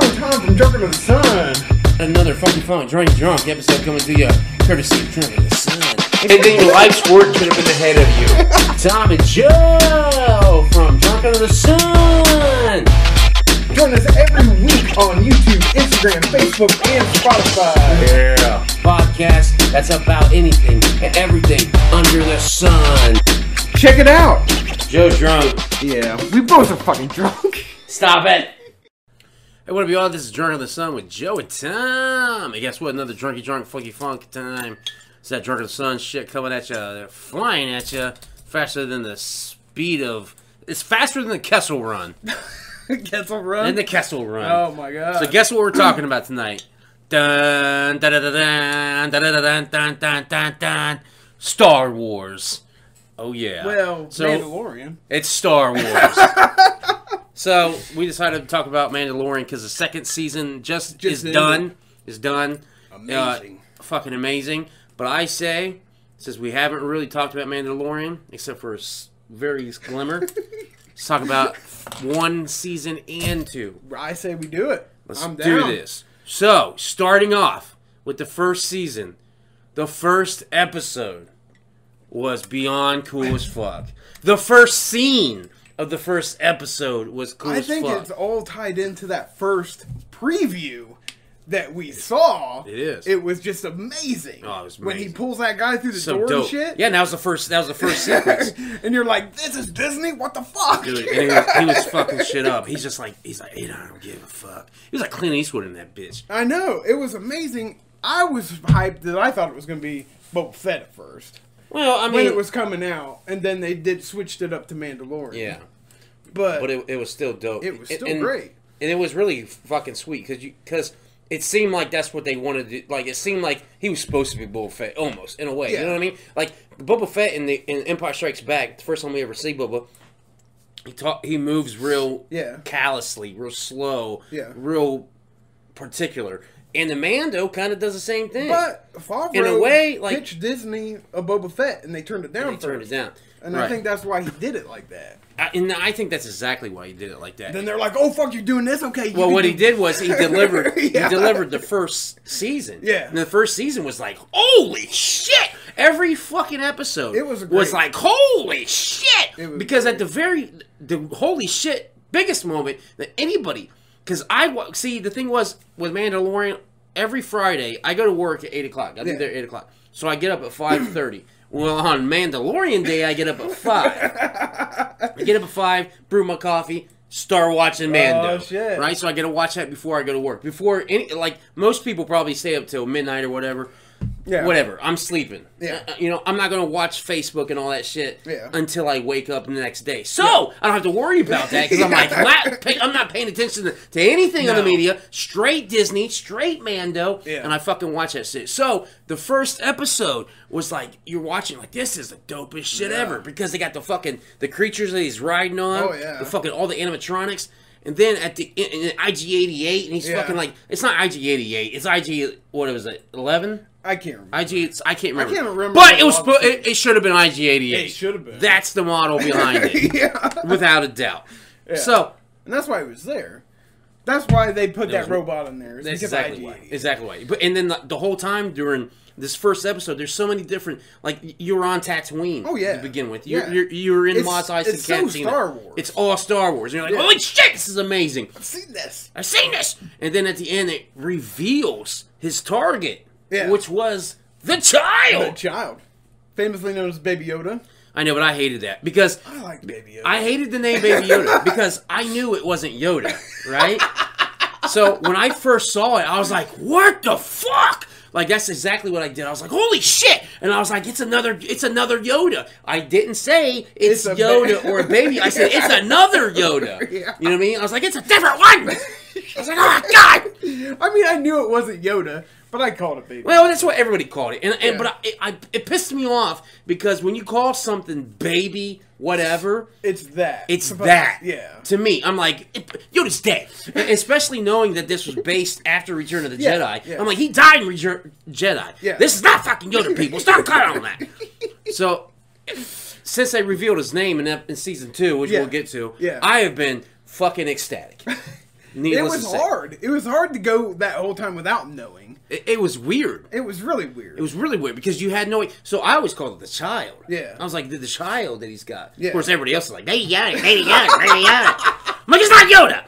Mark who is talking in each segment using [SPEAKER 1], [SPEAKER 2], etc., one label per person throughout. [SPEAKER 1] Drunken with Sun.
[SPEAKER 2] Another Funky Funk Drunk Drunk episode coming to you courtesy of Drunk in the Sun.
[SPEAKER 3] Anything life's work could have been ahead of you.
[SPEAKER 2] Tom and Joe from Drunk Under the Sun.
[SPEAKER 1] Join us every week on YouTube, Instagram, Facebook, and Spotify.
[SPEAKER 3] Yeah.
[SPEAKER 2] Podcast that's about anything and everything under the sun.
[SPEAKER 1] Check it out.
[SPEAKER 2] Joe's drunk.
[SPEAKER 1] Yeah, we both are fucking drunk.
[SPEAKER 2] Stop it. Hey, what up, y'all? This is Drunk on the Sun with Joe and Tom. And guess what? Another drunky drunk funky funk time. It's that Drunk on the Sun shit coming at you. They're flying at you faster than the speed of. It's faster than the Kessel Run.
[SPEAKER 1] Kessel
[SPEAKER 2] Than
[SPEAKER 1] Run.
[SPEAKER 2] the Kessel Run.
[SPEAKER 1] Oh my god.
[SPEAKER 2] So guess what we're talking about tonight? Dun dun dun dun dun dun dun dun dun dun dun. Star Wars. Oh yeah.
[SPEAKER 1] well,
[SPEAKER 2] so
[SPEAKER 1] Mandalorian.
[SPEAKER 2] it's Star Wars. so we decided to talk about Mandalorian because the second season just,
[SPEAKER 1] Just
[SPEAKER 2] is
[SPEAKER 1] ended.
[SPEAKER 2] done. Is done.
[SPEAKER 1] Amazing.
[SPEAKER 2] Uh, fucking amazing. But I say, since we haven't really talked about Mandalorian except for a s- very glimmer, let's talk about one season and two.
[SPEAKER 1] I say we do it.
[SPEAKER 2] Let's
[SPEAKER 1] I'm
[SPEAKER 2] do
[SPEAKER 1] down.
[SPEAKER 2] this. So, starting off with the first season, the first episode was beyond cool as fuck. The first scene of the first episode was cool
[SPEAKER 1] I
[SPEAKER 2] as
[SPEAKER 1] think
[SPEAKER 2] fuck.
[SPEAKER 1] it's all tied into that first preview that we saw.
[SPEAKER 2] It is.
[SPEAKER 1] It was just amazing.
[SPEAKER 2] Oh, it was
[SPEAKER 1] when he
[SPEAKER 2] amazing.
[SPEAKER 1] pulls that guy through the
[SPEAKER 2] so
[SPEAKER 1] door
[SPEAKER 2] dope.
[SPEAKER 1] and shit.
[SPEAKER 2] Yeah, and that was the first. That was the first sequence.
[SPEAKER 1] and you're like, this is Disney? What the fuck?
[SPEAKER 2] Dude, and he, was, he was fucking shit up. He's just like, he's like, you know, I don't give a fuck. He was like Clint Eastwood in that bitch.
[SPEAKER 1] I know. It was amazing. I was hyped that I thought it was going to be Boba Fett at first.
[SPEAKER 2] Well, I mean,
[SPEAKER 1] When it was coming out, and then they did switched it up to Mandalorian.
[SPEAKER 2] yeah,
[SPEAKER 1] But,
[SPEAKER 2] but it, it was still dope.
[SPEAKER 1] It was
[SPEAKER 2] And-
[SPEAKER 1] still
[SPEAKER 2] and-
[SPEAKER 1] great.
[SPEAKER 2] and it was really fucking sweet because you because it seemed like that's what they wanted to like it seemed like he was supposed to be Boba Fett almost in a way
[SPEAKER 1] Yeah.
[SPEAKER 2] you know what I mean like Boba Fett in the in Empire Strikes Back the first time we ever see Boba he talk he moves real
[SPEAKER 1] Yeah.
[SPEAKER 2] callously real slow
[SPEAKER 1] Yeah.
[SPEAKER 2] real particular and the Mando kind of does the same thing
[SPEAKER 1] but Favreau
[SPEAKER 2] In a way, like-
[SPEAKER 1] pitched Disney a Boba Fett, and they turned it down
[SPEAKER 2] he turned it
[SPEAKER 1] first.
[SPEAKER 2] down
[SPEAKER 1] And I
[SPEAKER 2] Right.
[SPEAKER 1] think that's why he did it like that.
[SPEAKER 2] I, and I think that's exactly why he did it like that
[SPEAKER 1] Then they're like, "Oh fuck, you're doing this? Okay." You
[SPEAKER 2] Well,
[SPEAKER 1] can
[SPEAKER 2] what
[SPEAKER 1] do-
[SPEAKER 2] he did was he delivered.
[SPEAKER 1] Yeah.
[SPEAKER 2] He delivered the first season.
[SPEAKER 1] Yeah.
[SPEAKER 2] and the first season was like, holy shit! Every fucking episode.
[SPEAKER 1] It was great.
[SPEAKER 2] was like, holy shit!
[SPEAKER 1] It was
[SPEAKER 2] because at the very, the holy shit biggest moment that anybody, because I wa- see the thing was with Mandalorian. Every Friday, I go to work at eight o'clock. I'm
[SPEAKER 1] Yeah.
[SPEAKER 2] there at eight o'clock, so I get up at five thirty. Well, on Mandalorian day, I get up at five. I get up at five, brew my coffee, start watching Mando.
[SPEAKER 1] Oh, shit.
[SPEAKER 2] Right, so I get to watch that before I go to work. Before any, like most people probably stay up till midnight or whatever.
[SPEAKER 1] Yeah.
[SPEAKER 2] Whatever. I'm sleeping.
[SPEAKER 1] Yeah.
[SPEAKER 2] Uh, you know, I'm not gonna watch Facebook and all that shit
[SPEAKER 1] Yeah.
[SPEAKER 2] until I wake up the next day. So I don't have to worry about that because I'm like, la- pay, I'm not paying attention to, to anything on the
[SPEAKER 1] No.
[SPEAKER 2] media. Straight Disney, straight Mando,
[SPEAKER 1] Yeah.
[SPEAKER 2] and I fucking watch that shit. So the first episode was like, you're watching like this is the dopest shit
[SPEAKER 1] Yeah.
[SPEAKER 2] ever because they got the fucking the creatures that he's riding on.
[SPEAKER 1] Oh, yeah.
[SPEAKER 2] The fucking all the animatronics. And then at the in, in IG88, and he's
[SPEAKER 1] Yeah.
[SPEAKER 2] fucking like it's not IG88, it's IG what was it? 11?
[SPEAKER 1] I can't remember.
[SPEAKER 2] IG it's, I can't remember.
[SPEAKER 1] can't remember
[SPEAKER 2] But it
[SPEAKER 1] what
[SPEAKER 2] was
[SPEAKER 1] model
[SPEAKER 2] spo- it, it should have been IG88.
[SPEAKER 1] It should have been.
[SPEAKER 2] That's the model behind it,
[SPEAKER 1] yeah,
[SPEAKER 2] without a doubt. So
[SPEAKER 1] and that's why he was there. That's why they put that robot in there. is
[SPEAKER 2] That's
[SPEAKER 1] because
[SPEAKER 2] exactly
[SPEAKER 1] IG.
[SPEAKER 2] why. Exactly why. But and then the, the whole time during this first episode, there's so many different. Like y- you were on Tatooine.
[SPEAKER 1] Oh, yeah.
[SPEAKER 2] To begin with, you're
[SPEAKER 1] Yeah.
[SPEAKER 2] you're, you're in
[SPEAKER 1] It's-
[SPEAKER 2] Mos Eisley
[SPEAKER 1] it's so
[SPEAKER 2] Cantina.
[SPEAKER 1] Star Wars.
[SPEAKER 2] It's all Star Wars. And you're like,
[SPEAKER 1] Yeah.
[SPEAKER 2] holy shit, this is amazing.
[SPEAKER 1] I've seen this.
[SPEAKER 2] I've seen this. And then at the end, it reveals his target,
[SPEAKER 1] Yeah.
[SPEAKER 2] which was the child.
[SPEAKER 1] The child, famously known as Baby Yoda.
[SPEAKER 2] I know, but I hated that because
[SPEAKER 1] I like Baby Yoda.
[SPEAKER 2] I hated the name Baby Yoda because I knew it wasn't Yoda, right? so when I first saw it, I was like, "What the fuck?" Like that's exactly what I did. I was like, "Holy shit!" And I was like, "It's another, it's another Yoda." I didn't say
[SPEAKER 1] It's
[SPEAKER 2] it's,
[SPEAKER 1] a ba-
[SPEAKER 2] Yoda or a baby. I said it's another Yoda.
[SPEAKER 1] Yeah.
[SPEAKER 2] You know what I mean? I was like, "It's a different one." I was like, "Oh my god!"
[SPEAKER 1] I mean, I knew it wasn't Yoda, but I called it Baby.
[SPEAKER 2] Well, that's what everybody called it, and, and
[SPEAKER 1] Yeah.
[SPEAKER 2] but I, it, I, it pissed me off because when you call something baby, whatever,
[SPEAKER 1] it's that.
[SPEAKER 2] it's
[SPEAKER 1] Supposed-
[SPEAKER 2] that.
[SPEAKER 1] Yeah.
[SPEAKER 2] To me, I'm like, Yoda's dead. Especially knowing that this was based after Return of the
[SPEAKER 1] Yeah,
[SPEAKER 2] Jedi.
[SPEAKER 1] yeah.
[SPEAKER 2] I'm like, he died in Return Jedi.
[SPEAKER 1] Yeah.
[SPEAKER 2] This is not fucking Yoda, people. Stop cutting on that. So, since they revealed his name in, ep- in season two, which
[SPEAKER 1] Yeah.
[SPEAKER 2] we'll get to,
[SPEAKER 1] Yeah.
[SPEAKER 2] I have been fucking ecstatic.
[SPEAKER 1] It
[SPEAKER 2] Needless
[SPEAKER 1] was
[SPEAKER 2] to say,
[SPEAKER 1] hard. It was hard to go that whole time without knowing.
[SPEAKER 2] It, it was weird.
[SPEAKER 1] It was really weird.
[SPEAKER 2] It was really weird because you had no. So I always called it the child.
[SPEAKER 1] Yeah.
[SPEAKER 2] I was like, the, the child that he's got.
[SPEAKER 1] Yeah.
[SPEAKER 2] Of course, everybody else is like, Baby Yoda, Baby Yoda, Baby Yoda. I'm like, it's not Yoda.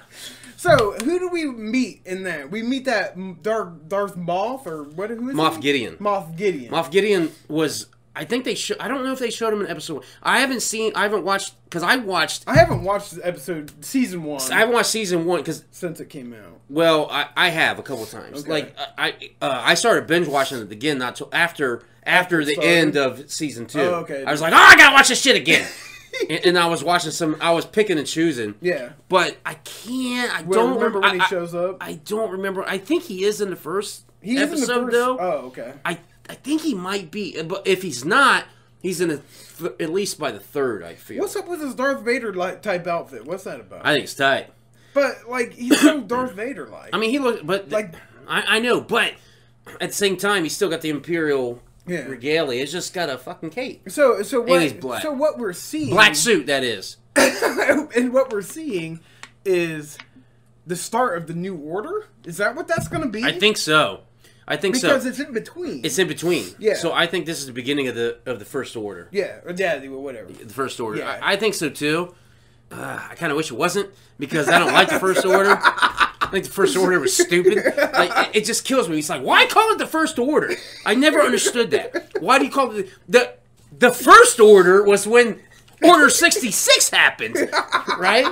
[SPEAKER 1] so who do we meet in that? We meet that m- Darth Darth Moth or what? Who is
[SPEAKER 2] Moff
[SPEAKER 1] he?
[SPEAKER 2] Gideon.
[SPEAKER 1] Moth Gideon.
[SPEAKER 2] Moff Gideon was. I think they show. I don't know if they showed him in episode. One. I haven't seen. I haven't watched because I watched.
[SPEAKER 1] I haven't watched the episode season one
[SPEAKER 2] I haven't watched season one because
[SPEAKER 1] since it came out.
[SPEAKER 2] well, I, I have a couple of times.
[SPEAKER 1] Okay.
[SPEAKER 2] Like I I, uh, I started binge watching it again not till after after the
[SPEAKER 1] started?
[SPEAKER 2] end of season two.
[SPEAKER 1] Oh, okay.
[SPEAKER 2] I was like, oh, I gotta watch this shit again. and, and I was watching some. I was picking and choosing.
[SPEAKER 1] Yeah.
[SPEAKER 2] But I can't. I
[SPEAKER 1] Well,
[SPEAKER 2] don't
[SPEAKER 1] remember
[SPEAKER 2] rem-
[SPEAKER 1] when
[SPEAKER 2] I-
[SPEAKER 1] he shows up?
[SPEAKER 2] I, I don't remember. I think he is in the first
[SPEAKER 1] He's
[SPEAKER 2] episode
[SPEAKER 1] in the first.
[SPEAKER 2] though.
[SPEAKER 1] Oh, okay.
[SPEAKER 2] I I think he might be, but if he's not, he's in a th- at least by the third. I feel.
[SPEAKER 1] What's up with his Darth Vader like type outfit? What's that about?
[SPEAKER 2] I think it's tight.
[SPEAKER 1] but like he's so Darth Vader like.
[SPEAKER 2] I mean, he looked, but
[SPEAKER 1] Like-
[SPEAKER 2] I, I know, but at the same time, he's still got the imperial
[SPEAKER 1] Yeah.
[SPEAKER 2] regalia. It's just got a fucking cape,
[SPEAKER 1] so so what?
[SPEAKER 2] he's black.
[SPEAKER 1] So what we're seeing
[SPEAKER 2] black suit that is.
[SPEAKER 1] and what we're seeing is the start of the new order. Is that what that's going to be?
[SPEAKER 2] I think so. I think
[SPEAKER 1] because
[SPEAKER 2] so.
[SPEAKER 1] it's in between.
[SPEAKER 2] It's in between.
[SPEAKER 1] Yeah.
[SPEAKER 2] So I think this is the beginning of the of the first order.
[SPEAKER 1] yeah, or yeah, whatever.
[SPEAKER 2] The first order.
[SPEAKER 1] Yeah.
[SPEAKER 2] I, I think so too. Uh, I kind of wish it wasn't because I don't like the first order. I think the first order was stupid. Like, it, it just kills me. He's like, why call it the first order? I never understood that. Why do you call it the the, the first order? Was when Order sixty six happened, right?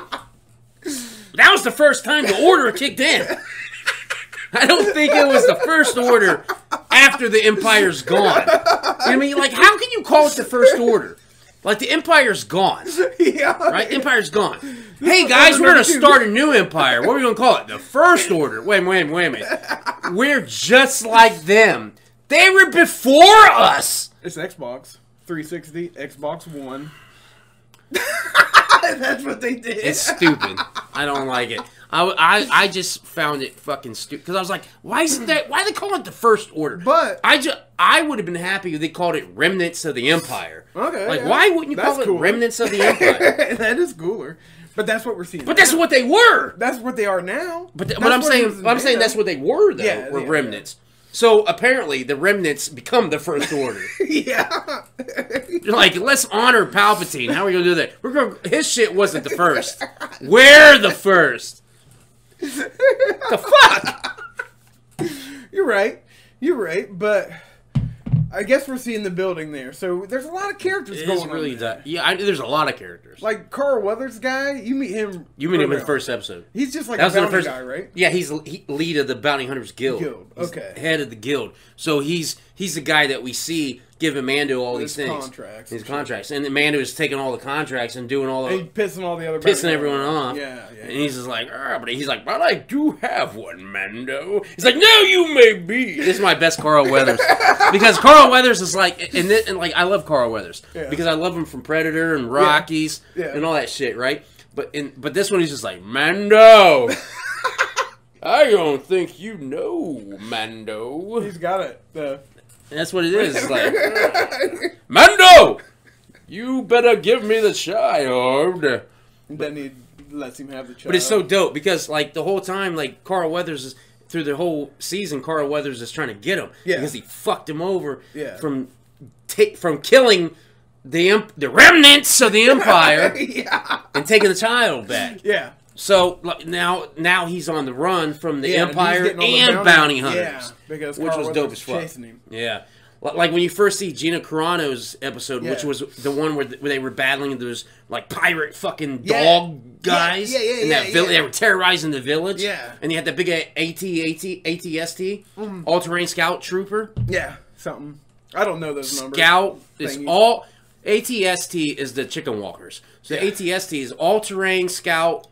[SPEAKER 2] That was the first time the order kicked in. I don't think it was the first order after the Empire's gone. You know what I mean? Like, how can you call it the first order? Like the Empire's gone
[SPEAKER 1] yeah,
[SPEAKER 2] right? Empire's gone. Hey guys, we're gonna start a new empire. What are we gonna call it? The First Order. Wait, wait, wait a minute. We're just like them. They were before us.
[SPEAKER 1] It's Xbox 360, Xbox One. that's what they did.
[SPEAKER 2] It's stupid. I don't like it. I, I, I just found it fucking stupid because I was like, why is it that? Why they call it the First Order?
[SPEAKER 1] But-
[SPEAKER 2] I just I would have been happy if they called it Remnants of the Empire.
[SPEAKER 1] Okay,
[SPEAKER 2] Like
[SPEAKER 1] yeah.
[SPEAKER 2] why wouldn't you
[SPEAKER 1] That's
[SPEAKER 2] call
[SPEAKER 1] cool.
[SPEAKER 2] it Remnants of the Empire?
[SPEAKER 1] that is cooler, but that's what we're seeing.
[SPEAKER 2] but that's what they were.
[SPEAKER 1] that's what they are now.
[SPEAKER 2] But th-
[SPEAKER 1] That's
[SPEAKER 2] what I'm
[SPEAKER 1] what it was
[SPEAKER 2] saying, what I'm
[SPEAKER 1] made
[SPEAKER 2] saying
[SPEAKER 1] of.
[SPEAKER 2] that's what they were though,
[SPEAKER 1] Yeah,
[SPEAKER 2] were
[SPEAKER 1] yeah,
[SPEAKER 2] remnants. So apparently, the remnants become the first order.
[SPEAKER 1] yeah.
[SPEAKER 2] They're like, let's honor Palpatine. How are we gonna do that? We're gonna. His shit wasn't the first. We're the first. the fuck?
[SPEAKER 1] You're right. You're right. But I guess we're seeing the building there. So there's a lot of characters
[SPEAKER 2] It
[SPEAKER 1] going
[SPEAKER 2] is really
[SPEAKER 1] on. there.
[SPEAKER 2] that. Yeah, I, there's a lot of characters.
[SPEAKER 1] Like Carl Weathers guy, you meet him.
[SPEAKER 2] you mean him in
[SPEAKER 1] early
[SPEAKER 2] the
[SPEAKER 1] on.
[SPEAKER 2] first episode?
[SPEAKER 1] He's just like
[SPEAKER 2] That
[SPEAKER 1] a
[SPEAKER 2] was in the
[SPEAKER 1] bounty
[SPEAKER 2] first
[SPEAKER 1] guy, right?
[SPEAKER 2] Yeah, he's l- he, lead of the bounty hunters guild.
[SPEAKER 1] Guild,
[SPEAKER 2] He's
[SPEAKER 1] okay.
[SPEAKER 2] head of the guild. So he's he's the guy that we see giving Mando all
[SPEAKER 1] His
[SPEAKER 2] these things,
[SPEAKER 1] contracts
[SPEAKER 2] his
[SPEAKER 1] and shit.
[SPEAKER 2] contracts, and then Mando is taking all the contracts and doing all the
[SPEAKER 1] And he's pissing all the other
[SPEAKER 2] pissing
[SPEAKER 1] bounty
[SPEAKER 2] everyone
[SPEAKER 1] hunters.
[SPEAKER 2] off.
[SPEAKER 1] Yeah, yeah.
[SPEAKER 2] And he's just like, "Ah," but he's like, but I do have one, Mando. He's like, no, you may be. This is my best Carl Weathers because Carl Weathers is like, and, thi- and like I love Carl Weathers
[SPEAKER 1] Yeah.
[SPEAKER 2] because I love him from Predator and Rockies
[SPEAKER 1] Yeah.
[SPEAKER 2] and all that shit, right? But in but this one he's just like Mando. I don't think you know Mando.
[SPEAKER 1] He's got it. The
[SPEAKER 2] And that's what it is. It's like Mando, you better give me the child.
[SPEAKER 1] then he lets him have the child.
[SPEAKER 2] But it's so dope because like the whole time, like Carl Weathers is through the whole season, Carl Weathers is trying to get him
[SPEAKER 1] Yeah.
[SPEAKER 2] because he fucked him over
[SPEAKER 1] Yeah.
[SPEAKER 2] from ta- from killing the imp- the remnants of the empire
[SPEAKER 1] yeah.
[SPEAKER 2] and taking the child back.
[SPEAKER 1] Yeah.
[SPEAKER 2] So like, now now he's on the run from the
[SPEAKER 1] Yeah, and he's
[SPEAKER 2] empire
[SPEAKER 1] getting
[SPEAKER 2] and,
[SPEAKER 1] all the
[SPEAKER 2] bounty
[SPEAKER 1] Yeah,
[SPEAKER 2] hunters,
[SPEAKER 1] because
[SPEAKER 2] which
[SPEAKER 1] Carl
[SPEAKER 2] was
[SPEAKER 1] Weathers
[SPEAKER 2] dope as fuck.
[SPEAKER 1] Chasing him.
[SPEAKER 2] Yeah. Li- Like when you first see Gina Carano's episode, which
[SPEAKER 1] Yeah.
[SPEAKER 2] was the one where, th- where they were battling those like pirate fucking
[SPEAKER 1] Yeah.
[SPEAKER 2] dog
[SPEAKER 1] Yeah,
[SPEAKER 2] guys
[SPEAKER 1] yeah, yeah,
[SPEAKER 2] in that
[SPEAKER 1] yeah,
[SPEAKER 2] village,
[SPEAKER 1] yeah.
[SPEAKER 2] they were terrorizing the village.
[SPEAKER 1] Yeah. Mm-hmm.
[SPEAKER 2] and they had that big A- AT, AT, ATST, all terrain scout trooper.
[SPEAKER 1] Yeah. Something. I don't know those numbers.
[SPEAKER 2] Scout is
[SPEAKER 1] Thingy.
[SPEAKER 2] all ATST is the chicken walkers. So
[SPEAKER 1] Yeah.
[SPEAKER 2] ATST is all terrain scout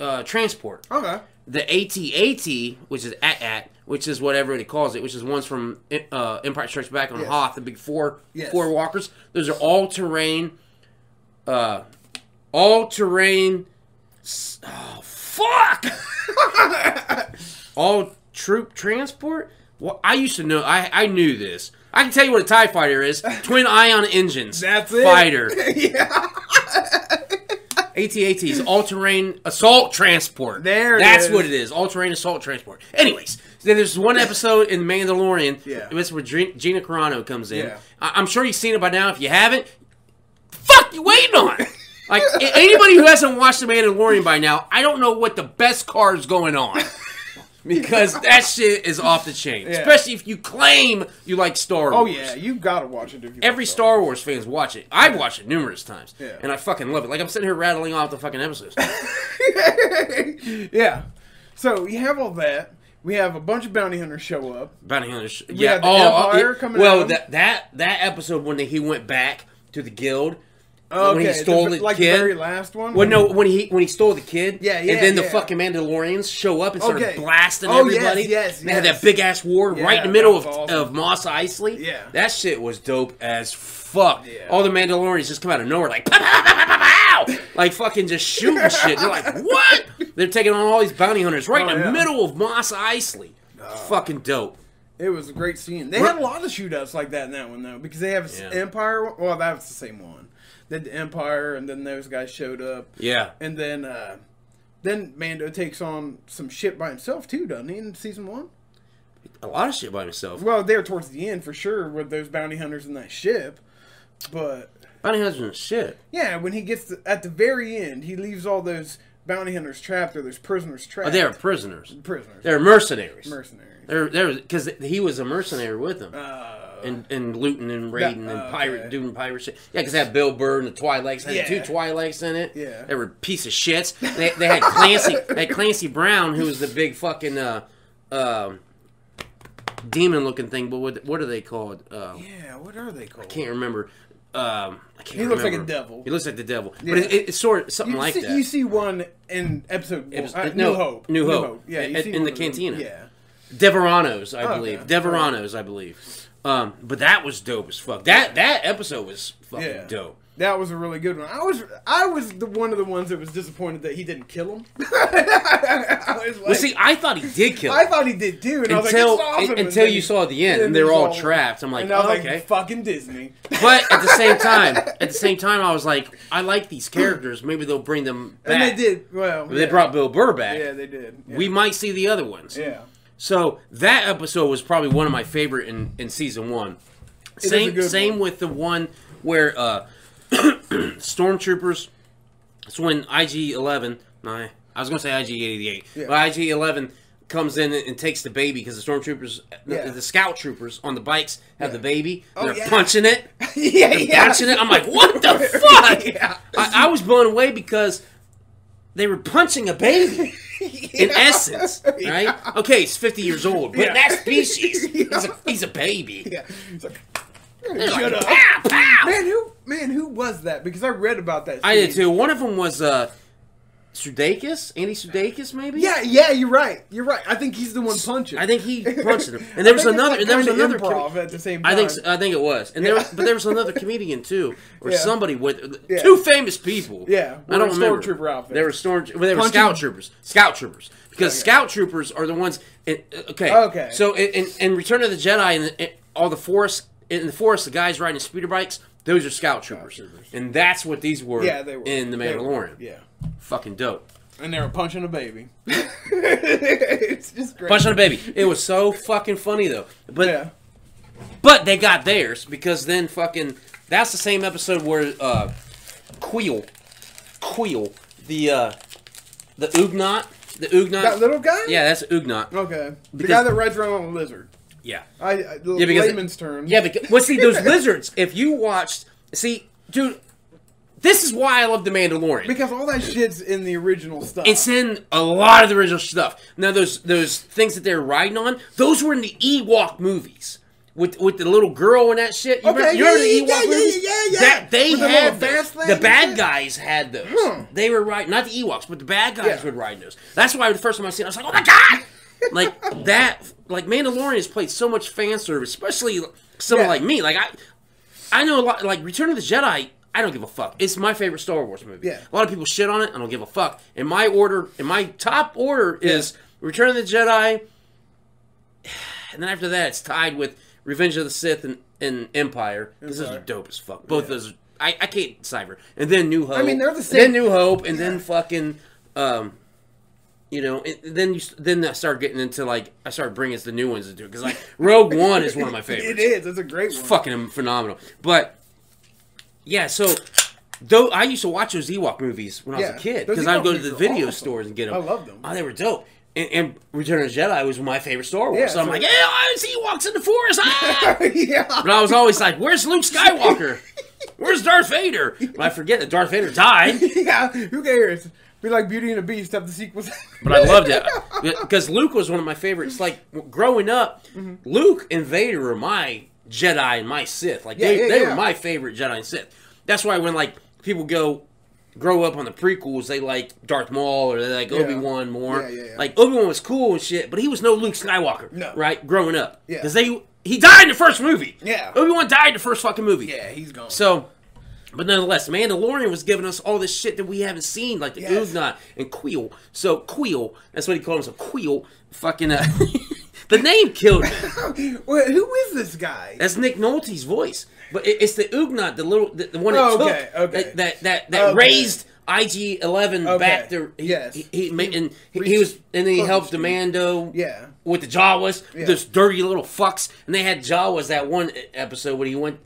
[SPEAKER 2] uh, transport.
[SPEAKER 1] Okay.
[SPEAKER 2] The AT-AT, which is AT-AT, which is whatever it calls it, which is ones from uh, Empire Strikes Back on Hoth, the big four
[SPEAKER 1] Yes.
[SPEAKER 2] four walkers. Those are all terrain, uh, all terrain. s- Oh, fuck! all troop transport. Well, I used to know. I I knew this. I can tell you what a Tie Fighter is. Twin ion engines.
[SPEAKER 1] That's it.
[SPEAKER 2] Fighter.
[SPEAKER 1] yeah.
[SPEAKER 2] AT-AT is all-terrain assault transport.
[SPEAKER 1] There it
[SPEAKER 2] That's
[SPEAKER 1] is.
[SPEAKER 2] what it is. All-terrain assault transport. Anyways, then there's one episode in Mandalorian.
[SPEAKER 1] Yeah.
[SPEAKER 2] It was where Gina Gina Carano comes in.
[SPEAKER 1] Yeah.
[SPEAKER 2] I- I'm sure you've seen it by now. If you haven't, fuck you waiting on? Like a- anybody who hasn't watched The Mandalorian by now, I don't know what the best card's going on. Because that shit is off the chain.
[SPEAKER 1] Yeah.
[SPEAKER 2] Especially if you claim you like Star Wars
[SPEAKER 1] Oh yeah, you gotta watch it. If you
[SPEAKER 2] every
[SPEAKER 1] watch it.
[SPEAKER 2] Star Wars fans watch it. I've watched it numerous times,
[SPEAKER 1] Yeah.
[SPEAKER 2] and I fucking love it. Like I'm sitting here rattling off the fucking episodes.
[SPEAKER 1] yeah. So we have all that. We have a bunch of bounty hunters show up.
[SPEAKER 2] Bounty Hunters.
[SPEAKER 1] We
[SPEAKER 2] yeah.
[SPEAKER 1] had the
[SPEAKER 2] oh, oh,
[SPEAKER 1] Empire
[SPEAKER 2] yeah.
[SPEAKER 1] coming
[SPEAKER 2] well,
[SPEAKER 1] out.
[SPEAKER 2] that that that episode when he went back to the guild
[SPEAKER 1] Okay,
[SPEAKER 2] when he stole
[SPEAKER 1] the,
[SPEAKER 2] the,
[SPEAKER 1] like
[SPEAKER 2] kid.
[SPEAKER 1] the very last one.
[SPEAKER 2] Well, no, when he when he stole the kid,
[SPEAKER 1] Yeah, yeah,
[SPEAKER 2] and then the
[SPEAKER 1] yeah.
[SPEAKER 2] fucking Mandalorians show up and start
[SPEAKER 1] Okay.
[SPEAKER 2] blasting
[SPEAKER 1] Oh, yes,
[SPEAKER 2] everybody.
[SPEAKER 1] yes,
[SPEAKER 2] they had
[SPEAKER 1] yes.
[SPEAKER 2] that big ass war
[SPEAKER 1] Yeah,
[SPEAKER 2] right in the
[SPEAKER 1] that
[SPEAKER 2] middle
[SPEAKER 1] was
[SPEAKER 2] of,
[SPEAKER 1] awesome.
[SPEAKER 2] of Moss Isley.
[SPEAKER 1] Yeah.
[SPEAKER 2] that shit was dope as fuck.
[SPEAKER 1] Yeah.
[SPEAKER 2] All the Mandalorians just come out of nowhere like, pow, pow, pow, pow, pow, pow, like fucking just shooting shit. They're like, what? They're taking on all these bounty hunters right
[SPEAKER 1] Oh,
[SPEAKER 2] in the
[SPEAKER 1] yeah.
[SPEAKER 2] middle of Moss Isley. Fucking dope.
[SPEAKER 1] it was a great scene. They had a lot of shootouts like that in that one though, because they have
[SPEAKER 2] Yeah.
[SPEAKER 1] Empire. Well, that's the same one. Then the Empire, and then those guys showed up,
[SPEAKER 2] Yeah,
[SPEAKER 1] and then uh, then Mando takes on some shit by himself too, doesn't he? In season one.
[SPEAKER 2] a lot of shit by myself.
[SPEAKER 1] Well, there towards the end for sure with those bounty hunters in that ship, but
[SPEAKER 2] Bounty hunters are shit.
[SPEAKER 1] Yeah, when he gets to, at the very end, he leaves all those bounty hunters trapped or those prisoners trapped.
[SPEAKER 2] Oh, they are prisoners.
[SPEAKER 1] prisoners,
[SPEAKER 2] They're mercenaries.
[SPEAKER 1] mercenaries.
[SPEAKER 2] There, there, because he was a mercenary with them, and and looting and raiding
[SPEAKER 1] Oh. That-
[SPEAKER 2] and
[SPEAKER 1] oh,
[SPEAKER 2] pirate
[SPEAKER 1] okay.
[SPEAKER 2] doing pirate shit. Yeah, because had Bill Burr and the Twilights. Had
[SPEAKER 1] Yeah.
[SPEAKER 2] two Twilights in it.
[SPEAKER 1] Yeah.
[SPEAKER 2] they were piece of shits. They, they had Clancy. they had Clancy Brown, who was the big fucking uh, um, demon looking thing. But what what are they called? Uh,
[SPEAKER 1] yeah, what are they called?
[SPEAKER 2] Can't remember. Um, I can't
[SPEAKER 1] He looks like a
[SPEAKER 2] remember.
[SPEAKER 1] devil.
[SPEAKER 2] He looks like the devil.
[SPEAKER 1] Yeah.
[SPEAKER 2] But it, it, it's sort of something
[SPEAKER 1] you,
[SPEAKER 2] like
[SPEAKER 1] see,
[SPEAKER 2] that.
[SPEAKER 1] you see one in episode one,
[SPEAKER 2] was-
[SPEAKER 1] uh,
[SPEAKER 2] no,
[SPEAKER 1] New Hope.
[SPEAKER 2] New Hope.
[SPEAKER 1] Yeah, you
[SPEAKER 2] In-
[SPEAKER 1] see
[SPEAKER 2] in
[SPEAKER 1] one
[SPEAKER 2] the
[SPEAKER 1] of them.
[SPEAKER 2] cantina.
[SPEAKER 1] Yeah,
[SPEAKER 2] Deveranos, I
[SPEAKER 1] Oh, Okay.
[SPEAKER 2] believe. Deveranos, I believe. Um, but that was dope as fuck. That that episode was fucking
[SPEAKER 1] yeah.
[SPEAKER 2] dope.
[SPEAKER 1] That was a really good one. I was I was the one of the ones that was disappointed that he didn't kill him. I was like,
[SPEAKER 2] Well, see, I thought he did kill.
[SPEAKER 1] I
[SPEAKER 2] him.
[SPEAKER 1] thought he did too, and I was like,
[SPEAKER 2] Until-
[SPEAKER 1] it's awesome. And
[SPEAKER 2] until
[SPEAKER 1] then
[SPEAKER 2] you
[SPEAKER 1] he-
[SPEAKER 2] saw the end,
[SPEAKER 1] then
[SPEAKER 2] and they
[SPEAKER 1] he
[SPEAKER 2] were all
[SPEAKER 1] saw-
[SPEAKER 2] trapped. I'm like,
[SPEAKER 1] and I was
[SPEAKER 2] oh,
[SPEAKER 1] like,
[SPEAKER 2] okay.
[SPEAKER 1] fucking Disney.
[SPEAKER 2] but at the same time, at the same time, I was like, I like these characters. Maybe they'll bring them back.
[SPEAKER 1] And they did well.
[SPEAKER 2] They
[SPEAKER 1] yeah.
[SPEAKER 2] brought Bill Burr back.
[SPEAKER 1] Yeah, they did. Yeah.
[SPEAKER 2] We might see the other ones.
[SPEAKER 1] yeah.
[SPEAKER 2] So that episode was probably one of my favorite in, in season one.
[SPEAKER 1] is a
[SPEAKER 2] Same
[SPEAKER 1] good
[SPEAKER 2] same
[SPEAKER 1] one.
[SPEAKER 2] with the one where uh, stormtroopers. It's when IG Eleven. I I was gonna say IG eighty eight,
[SPEAKER 1] Yeah.
[SPEAKER 2] but IG Eleven comes in and, and takes the baby because the stormtroopers,
[SPEAKER 1] Yeah.
[SPEAKER 2] the, the scout troopers on the bikes have the baby.
[SPEAKER 1] Oh,
[SPEAKER 2] they're
[SPEAKER 1] yeah.
[SPEAKER 2] punching it.
[SPEAKER 1] yeah,
[SPEAKER 2] They're punching it. I'm like, what the fuck?
[SPEAKER 1] Yeah.
[SPEAKER 2] I, I was blown away because they were punching a baby in essence, right? Okay, he's 50 years old, but
[SPEAKER 1] Yeah.
[SPEAKER 2] that species, he's, a, he's a baby.
[SPEAKER 1] Yeah. It's like,
[SPEAKER 2] They're like,
[SPEAKER 1] Shut up.
[SPEAKER 2] pow, pow.
[SPEAKER 1] Man, who man, who was that? Because I read about that.
[SPEAKER 2] I did
[SPEAKER 1] scene.
[SPEAKER 2] too. One of them was uh, Sudeikis, Andy Sudeikis, maybe.
[SPEAKER 1] Yeah, yeah, you're right. You're right. I think he's the one punching.
[SPEAKER 2] I think he punched him, and there was
[SPEAKER 1] think it's
[SPEAKER 2] another.
[SPEAKER 1] like
[SPEAKER 2] and there was
[SPEAKER 1] kinda
[SPEAKER 2] another.
[SPEAKER 1] improv
[SPEAKER 2] com-
[SPEAKER 1] at the same time.
[SPEAKER 2] I think so- I think it was, and there, was- but there was another comedian too, or
[SPEAKER 1] Yeah.
[SPEAKER 2] somebody with uh,
[SPEAKER 1] Yeah.
[SPEAKER 2] two famous people.
[SPEAKER 1] Yeah,
[SPEAKER 2] I don't
[SPEAKER 1] wearing
[SPEAKER 2] remember.
[SPEAKER 1] stormtrooper outfits.
[SPEAKER 2] They were storm. Well, they were
[SPEAKER 1] Punching-
[SPEAKER 2] scout troopers. Scout troopers, because
[SPEAKER 1] Okay.
[SPEAKER 2] scout troopers are the ones. In, okay,
[SPEAKER 1] Okay.
[SPEAKER 2] So in, in, in Return of the Jedi, and in, all the forest in the forest, the guys riding speeder bikes, those are scout troopers,
[SPEAKER 1] troopers.
[SPEAKER 2] and that's what these were.
[SPEAKER 1] yeah, they were
[SPEAKER 2] uh, in the
[SPEAKER 1] They were.
[SPEAKER 2] Mandalorian.
[SPEAKER 1] Yeah,
[SPEAKER 2] fucking dope.
[SPEAKER 1] and they were punching a baby. it's just great.
[SPEAKER 2] Punch on a baby. It was so fucking funny though. But
[SPEAKER 1] Yeah.
[SPEAKER 2] But they got theirs because then fucking that's the same episode where uh Queel Queel the uh the Ugnot the Ugnot
[SPEAKER 1] That little guy.
[SPEAKER 2] Yeah, that's Ugnot.
[SPEAKER 1] Okay. The
[SPEAKER 2] Because-
[SPEAKER 1] guy that rides around on a lizard.
[SPEAKER 2] Yeah.
[SPEAKER 1] I, I the
[SPEAKER 2] Yeah, because-
[SPEAKER 1] layman's term.
[SPEAKER 2] Yeah, because well see those lizards, if you watched see, dude this is why I love The Mandalorian.
[SPEAKER 1] Because all that shit's in the original stuff.
[SPEAKER 2] It's in a lot of the original stuff. Now those those things that they're riding on, those were in the Ewok movies. With, with the little girl and that shit, you
[SPEAKER 1] Okay,
[SPEAKER 2] remember, you
[SPEAKER 1] yeah,
[SPEAKER 2] remember
[SPEAKER 1] yeah,
[SPEAKER 2] the Ewok
[SPEAKER 1] yeah, yeah,
[SPEAKER 2] movies?
[SPEAKER 1] yeah, yeah.
[SPEAKER 2] That they
[SPEAKER 1] With the little
[SPEAKER 2] had those.
[SPEAKER 1] bass thing
[SPEAKER 2] the
[SPEAKER 1] and
[SPEAKER 2] bad
[SPEAKER 1] shit?
[SPEAKER 2] guys had those.
[SPEAKER 1] Hmm.
[SPEAKER 2] They were right, not the Ewoks, but the bad guys
[SPEAKER 1] Yeah.
[SPEAKER 2] would ride those. That's why the first time I seen, it, I was like, oh my god, like that. Like Mandalorian has played so much fan service, especially someone
[SPEAKER 1] Yeah.
[SPEAKER 2] like me. Like I, I know a lot. Like Return of the Jedi, I don't give a fuck. It's my favorite Star Wars movie.
[SPEAKER 1] Yeah.
[SPEAKER 2] A lot of people shit on it. I don't give a fuck. And my order, and my top order is Return of the Jedi, and then after that, it's tied with Revenge of the Sith and, and Empire. This is
[SPEAKER 1] Empire.
[SPEAKER 2] dope as fuck. Both of those. I, I can't cipher. And then New Hope.
[SPEAKER 1] mean, they're the
[SPEAKER 2] and
[SPEAKER 1] same-
[SPEAKER 2] then New Hope, and then fucking, um, you know, and then you s- then I start getting into like I start bringing us the new ones into it because like Rogue One is one of my
[SPEAKER 1] It
[SPEAKER 2] favorites.
[SPEAKER 1] is. It's a great one.
[SPEAKER 2] fucking phenomenal. But yeah, so though I used to watch those Ewok movies when I
[SPEAKER 1] Yeah,
[SPEAKER 2] was a kid
[SPEAKER 1] those
[SPEAKER 2] because I'd
[SPEAKER 1] Ewok
[SPEAKER 2] go to
[SPEAKER 1] movies
[SPEAKER 2] the
[SPEAKER 1] are
[SPEAKER 2] video
[SPEAKER 1] awesome.
[SPEAKER 2] stores and get them.
[SPEAKER 1] I love them.
[SPEAKER 2] Oh, they were dope. And, and Return of the Jedi was my favorite Star Wars.
[SPEAKER 1] Yeah,
[SPEAKER 2] so I'm
[SPEAKER 1] so-
[SPEAKER 2] like, yeah, I see Ewoks in the forest. Ah!
[SPEAKER 1] yeah.
[SPEAKER 2] but I was always like, where's Luke Skywalker? Where's Darth Vader? But I forget that Darth Vader died.
[SPEAKER 1] Yeah. Who cares? Be like Beauty and the Beast. Have the sequels.
[SPEAKER 2] But I loved it because Luke was one of my favorites. Like w- growing up, Luke and Vader were my Jedi and my Sith. Like they,
[SPEAKER 1] Yeah, yeah,
[SPEAKER 2] they
[SPEAKER 1] yeah.
[SPEAKER 2] were my favorite Jedi and Sith. That's why when like people go grow up on the prequels, they like Darth Maul or they like Obi Wan more.
[SPEAKER 1] Yeah, yeah, yeah.
[SPEAKER 2] Like Obi Wan was cool and shit, but he was no Luke Skywalker.
[SPEAKER 1] No.
[SPEAKER 2] right? Growing up,
[SPEAKER 1] Yeah.
[SPEAKER 2] because they he died in the first movie.
[SPEAKER 1] Yeah.
[SPEAKER 2] Obi Wan died in the first fucking movie.
[SPEAKER 1] yeah, he's gone.
[SPEAKER 2] So, but nonetheless, Mandalorian was giving us all this shit that we haven't seen, like the
[SPEAKER 1] Yes.
[SPEAKER 2] Ugnaught and Queel. So Queel, that's what he called himself. Queel, fucking. Uh, the name killed me.
[SPEAKER 1] Wait, who is this guy?
[SPEAKER 2] That's Nick Nolte's voice, but it, it's the Ugnaught, the little, the, the one
[SPEAKER 1] Oh,
[SPEAKER 2] that took
[SPEAKER 1] okay, okay.
[SPEAKER 2] that that that, that
[SPEAKER 1] Okay.
[SPEAKER 2] raised IG Eleven
[SPEAKER 1] Okay,
[SPEAKER 2] back to he,
[SPEAKER 1] yes.
[SPEAKER 2] he, he, ma- and he,
[SPEAKER 1] reached
[SPEAKER 2] he was and then he
[SPEAKER 1] close
[SPEAKER 2] helped
[SPEAKER 1] to-
[SPEAKER 2] the Mando
[SPEAKER 1] Yeah.
[SPEAKER 2] with the Jawas,
[SPEAKER 1] Yeah.
[SPEAKER 2] those dirty little fucks, and they had Jawas that one episode when he went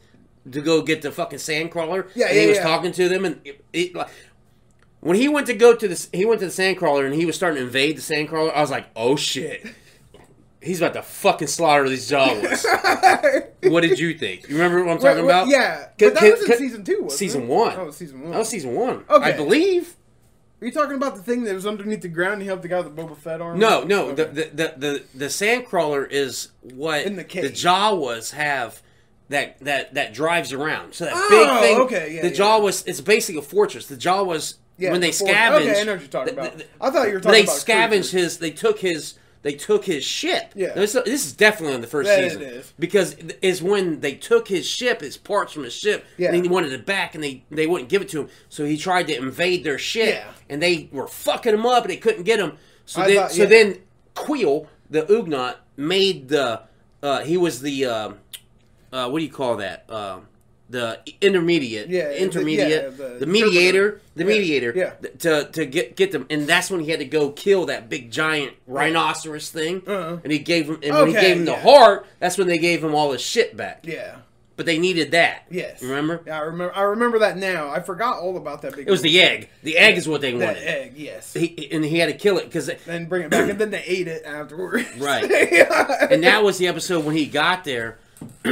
[SPEAKER 2] to go get the fucking sandcrawler.
[SPEAKER 1] Yeah,
[SPEAKER 2] and
[SPEAKER 1] yeah,
[SPEAKER 2] he was
[SPEAKER 1] yeah.
[SPEAKER 2] talking to them, and it, it, like, when he went to go to this, he went to the sandcrawler, and he was starting to invade the sandcrawler. I was like, oh shit. He's about to fucking slaughter these Jawas. what did you think? You remember what I'm talking
[SPEAKER 1] Wait, wait,
[SPEAKER 2] about?
[SPEAKER 1] yeah,
[SPEAKER 2] Ca-
[SPEAKER 1] but that
[SPEAKER 2] ca-
[SPEAKER 1] was in
[SPEAKER 2] ca-
[SPEAKER 1] season two, wasn't it?
[SPEAKER 2] season one.
[SPEAKER 1] Oh, season one.
[SPEAKER 2] That was season one.
[SPEAKER 1] Okay.
[SPEAKER 2] I believe.
[SPEAKER 1] Are you talking about the thing that was underneath the ground? And he helped the guy with the Boba Fett arm.
[SPEAKER 2] No, no.
[SPEAKER 1] Okay.
[SPEAKER 2] The, the the the the sandcrawler is what
[SPEAKER 1] In the cave.
[SPEAKER 2] Jawas have that that that drives around. So that
[SPEAKER 1] Oh,
[SPEAKER 2] big thing.
[SPEAKER 1] okay, yeah,
[SPEAKER 2] the
[SPEAKER 1] yeah.
[SPEAKER 2] Jawas. It's basically a fortress. The Jawas
[SPEAKER 1] Yeah,
[SPEAKER 2] when they
[SPEAKER 1] before-
[SPEAKER 2] scavenge.
[SPEAKER 1] Okay, I know what you're talking
[SPEAKER 2] the-
[SPEAKER 1] about.
[SPEAKER 2] the-
[SPEAKER 1] I thought you were talking
[SPEAKER 2] they
[SPEAKER 1] about
[SPEAKER 2] scavenged
[SPEAKER 1] creatures.
[SPEAKER 2] his. They took his. They took his ship.
[SPEAKER 1] Yeah.
[SPEAKER 2] This, this is definitely on the first
[SPEAKER 1] Yeah, it
[SPEAKER 2] season
[SPEAKER 1] is.
[SPEAKER 2] because it is when they took his ship, his parts from his ship,
[SPEAKER 1] Yeah.
[SPEAKER 2] and he wanted it back, and they they wouldn't give it to him. So he tried to invade their ship,
[SPEAKER 1] Yeah.
[SPEAKER 2] and they were fucking him up, and they couldn't get him. So
[SPEAKER 1] I
[SPEAKER 2] then,
[SPEAKER 1] thought-
[SPEAKER 2] so
[SPEAKER 1] yeah.
[SPEAKER 2] then Queel, the Ugnaught, made the uh, he was the um uh, what do you call that? Um the intermediate,
[SPEAKER 1] Yeah, the-
[SPEAKER 2] intermediate,
[SPEAKER 1] yeah,
[SPEAKER 2] the,
[SPEAKER 1] the
[SPEAKER 2] mediator,
[SPEAKER 1] interpreter.
[SPEAKER 2] the
[SPEAKER 1] Yeah,
[SPEAKER 2] mediator,
[SPEAKER 1] yeah.
[SPEAKER 2] th- to to get get them, and that's when he had to go kill that big giant rhinoceros thing,
[SPEAKER 1] Uh-huh.
[SPEAKER 2] and he gave him, and when he
[SPEAKER 1] Okay,
[SPEAKER 2] gave him the
[SPEAKER 1] yeah.
[SPEAKER 2] heart, that's when they gave him all his shit back.
[SPEAKER 1] Yeah.
[SPEAKER 2] But they needed that.
[SPEAKER 1] Yes.
[SPEAKER 2] remember?
[SPEAKER 1] Yeah, I remember. I remember that now. I forgot all about that big.
[SPEAKER 2] It was the egg. The egg is what they
[SPEAKER 1] that
[SPEAKER 2] wanted.
[SPEAKER 1] egg. Yes.
[SPEAKER 2] He, he- and he had to kill it because
[SPEAKER 1] then bring it back, and then they ate it afterwards.
[SPEAKER 2] Right.
[SPEAKER 1] yeah.
[SPEAKER 2] and that was the episode when he got there.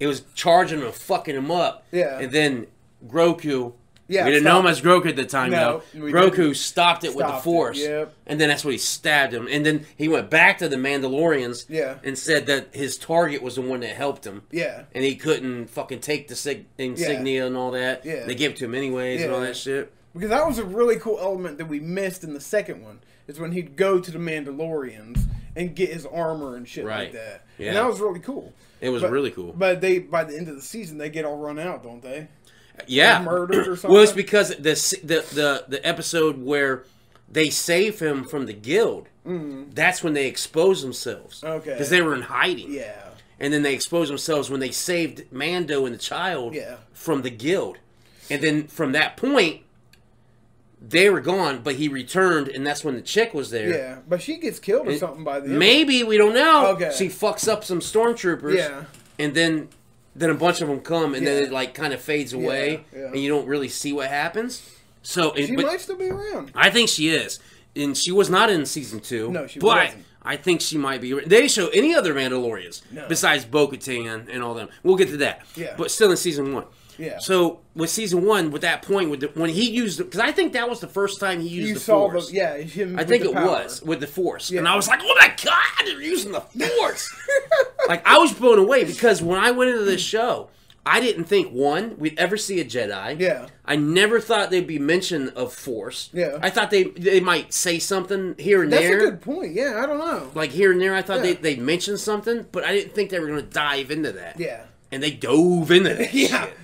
[SPEAKER 2] it was charging him and fucking him up.
[SPEAKER 1] Yeah.
[SPEAKER 2] And then Groku.
[SPEAKER 1] Yeah,
[SPEAKER 2] We didn't know
[SPEAKER 1] stop.
[SPEAKER 2] him as Groku at the time,
[SPEAKER 1] No,
[SPEAKER 2] though.
[SPEAKER 1] we
[SPEAKER 2] Groku
[SPEAKER 1] didn't.
[SPEAKER 2] stopped it with the
[SPEAKER 1] Stopped it,
[SPEAKER 2] Force.
[SPEAKER 1] yep.
[SPEAKER 2] And then that's when he stabbed him. And then he went back to the Mandalorians.
[SPEAKER 1] Yeah.
[SPEAKER 2] And said that his target was the one that helped him.
[SPEAKER 1] Yeah.
[SPEAKER 2] And he couldn't fucking take the sig- insignia and all that.
[SPEAKER 1] Yeah.
[SPEAKER 2] They gave it to him anyways and
[SPEAKER 1] Yeah.
[SPEAKER 2] all that shit.
[SPEAKER 1] Because that was a really cool element that we missed in the second one. Is when he'd go to the Mandalorians and get his armor and shit
[SPEAKER 2] Right.
[SPEAKER 1] like that.
[SPEAKER 2] Yeah.
[SPEAKER 1] And that was really cool.
[SPEAKER 2] It was
[SPEAKER 1] But-
[SPEAKER 2] really cool.
[SPEAKER 1] But they by the end of the season they get all run out, don't they?
[SPEAKER 2] yeah.
[SPEAKER 1] Murdered or something.
[SPEAKER 2] Well, it's because the s- the the, the episode where they save him from the guild. That's when they expose themselves.
[SPEAKER 1] Mm-hmm. Okay.
[SPEAKER 2] Because they were in hiding.
[SPEAKER 1] yeah.
[SPEAKER 2] And then they exposed themselves when they saved Mando and the child
[SPEAKER 1] Yeah.
[SPEAKER 2] from the guild. And then from that point, they were gone, but he returned, and that's when the chick was there.
[SPEAKER 1] Yeah. But she gets killed or something by the end.
[SPEAKER 2] Maybe we don't know.
[SPEAKER 1] Okay.
[SPEAKER 2] She fucks up some stormtroopers.
[SPEAKER 1] Yeah.
[SPEAKER 2] And then then a bunch of them come and then
[SPEAKER 1] Yeah.
[SPEAKER 2] it like kind of fades away
[SPEAKER 1] yeah.
[SPEAKER 2] and you don't really see what happens. So it,
[SPEAKER 1] She
[SPEAKER 2] but
[SPEAKER 1] might still be around.
[SPEAKER 2] I think she is. And she was not in season 2.
[SPEAKER 1] No, she
[SPEAKER 2] but
[SPEAKER 1] wasn't.
[SPEAKER 2] I think she might be. They didn't show any other Mandalorians
[SPEAKER 1] No.
[SPEAKER 2] besides Bo-Katan and all them. We'll get to that.
[SPEAKER 1] Yeah.
[SPEAKER 2] But still in season 1.
[SPEAKER 1] Yeah.
[SPEAKER 2] So with season 1 with that point with the, when he used because I think that was the first time he used
[SPEAKER 1] You
[SPEAKER 2] the
[SPEAKER 1] saw
[SPEAKER 2] force.
[SPEAKER 1] the yeah, him
[SPEAKER 2] I
[SPEAKER 1] with
[SPEAKER 2] think
[SPEAKER 1] the
[SPEAKER 2] it
[SPEAKER 1] power.
[SPEAKER 2] was with the force, and
[SPEAKER 1] Yeah.
[SPEAKER 2] I was like, "Oh my god, they're using the force!" like I was blown away because when I went into this show, I didn't think one we'd ever see a Jedi.
[SPEAKER 1] Yeah.
[SPEAKER 2] I never thought there'd be mention of force.
[SPEAKER 1] Yeah.
[SPEAKER 2] I thought they they might say something here and
[SPEAKER 1] That's
[SPEAKER 2] there,
[SPEAKER 1] a good point. Yeah, I don't know.
[SPEAKER 2] like here and there. I thought
[SPEAKER 1] Yeah.
[SPEAKER 2] they they mentioned something, but I didn't think they were going to dive into that.
[SPEAKER 1] yeah.
[SPEAKER 2] and they dove into that.
[SPEAKER 1] Yeah.
[SPEAKER 2] shit.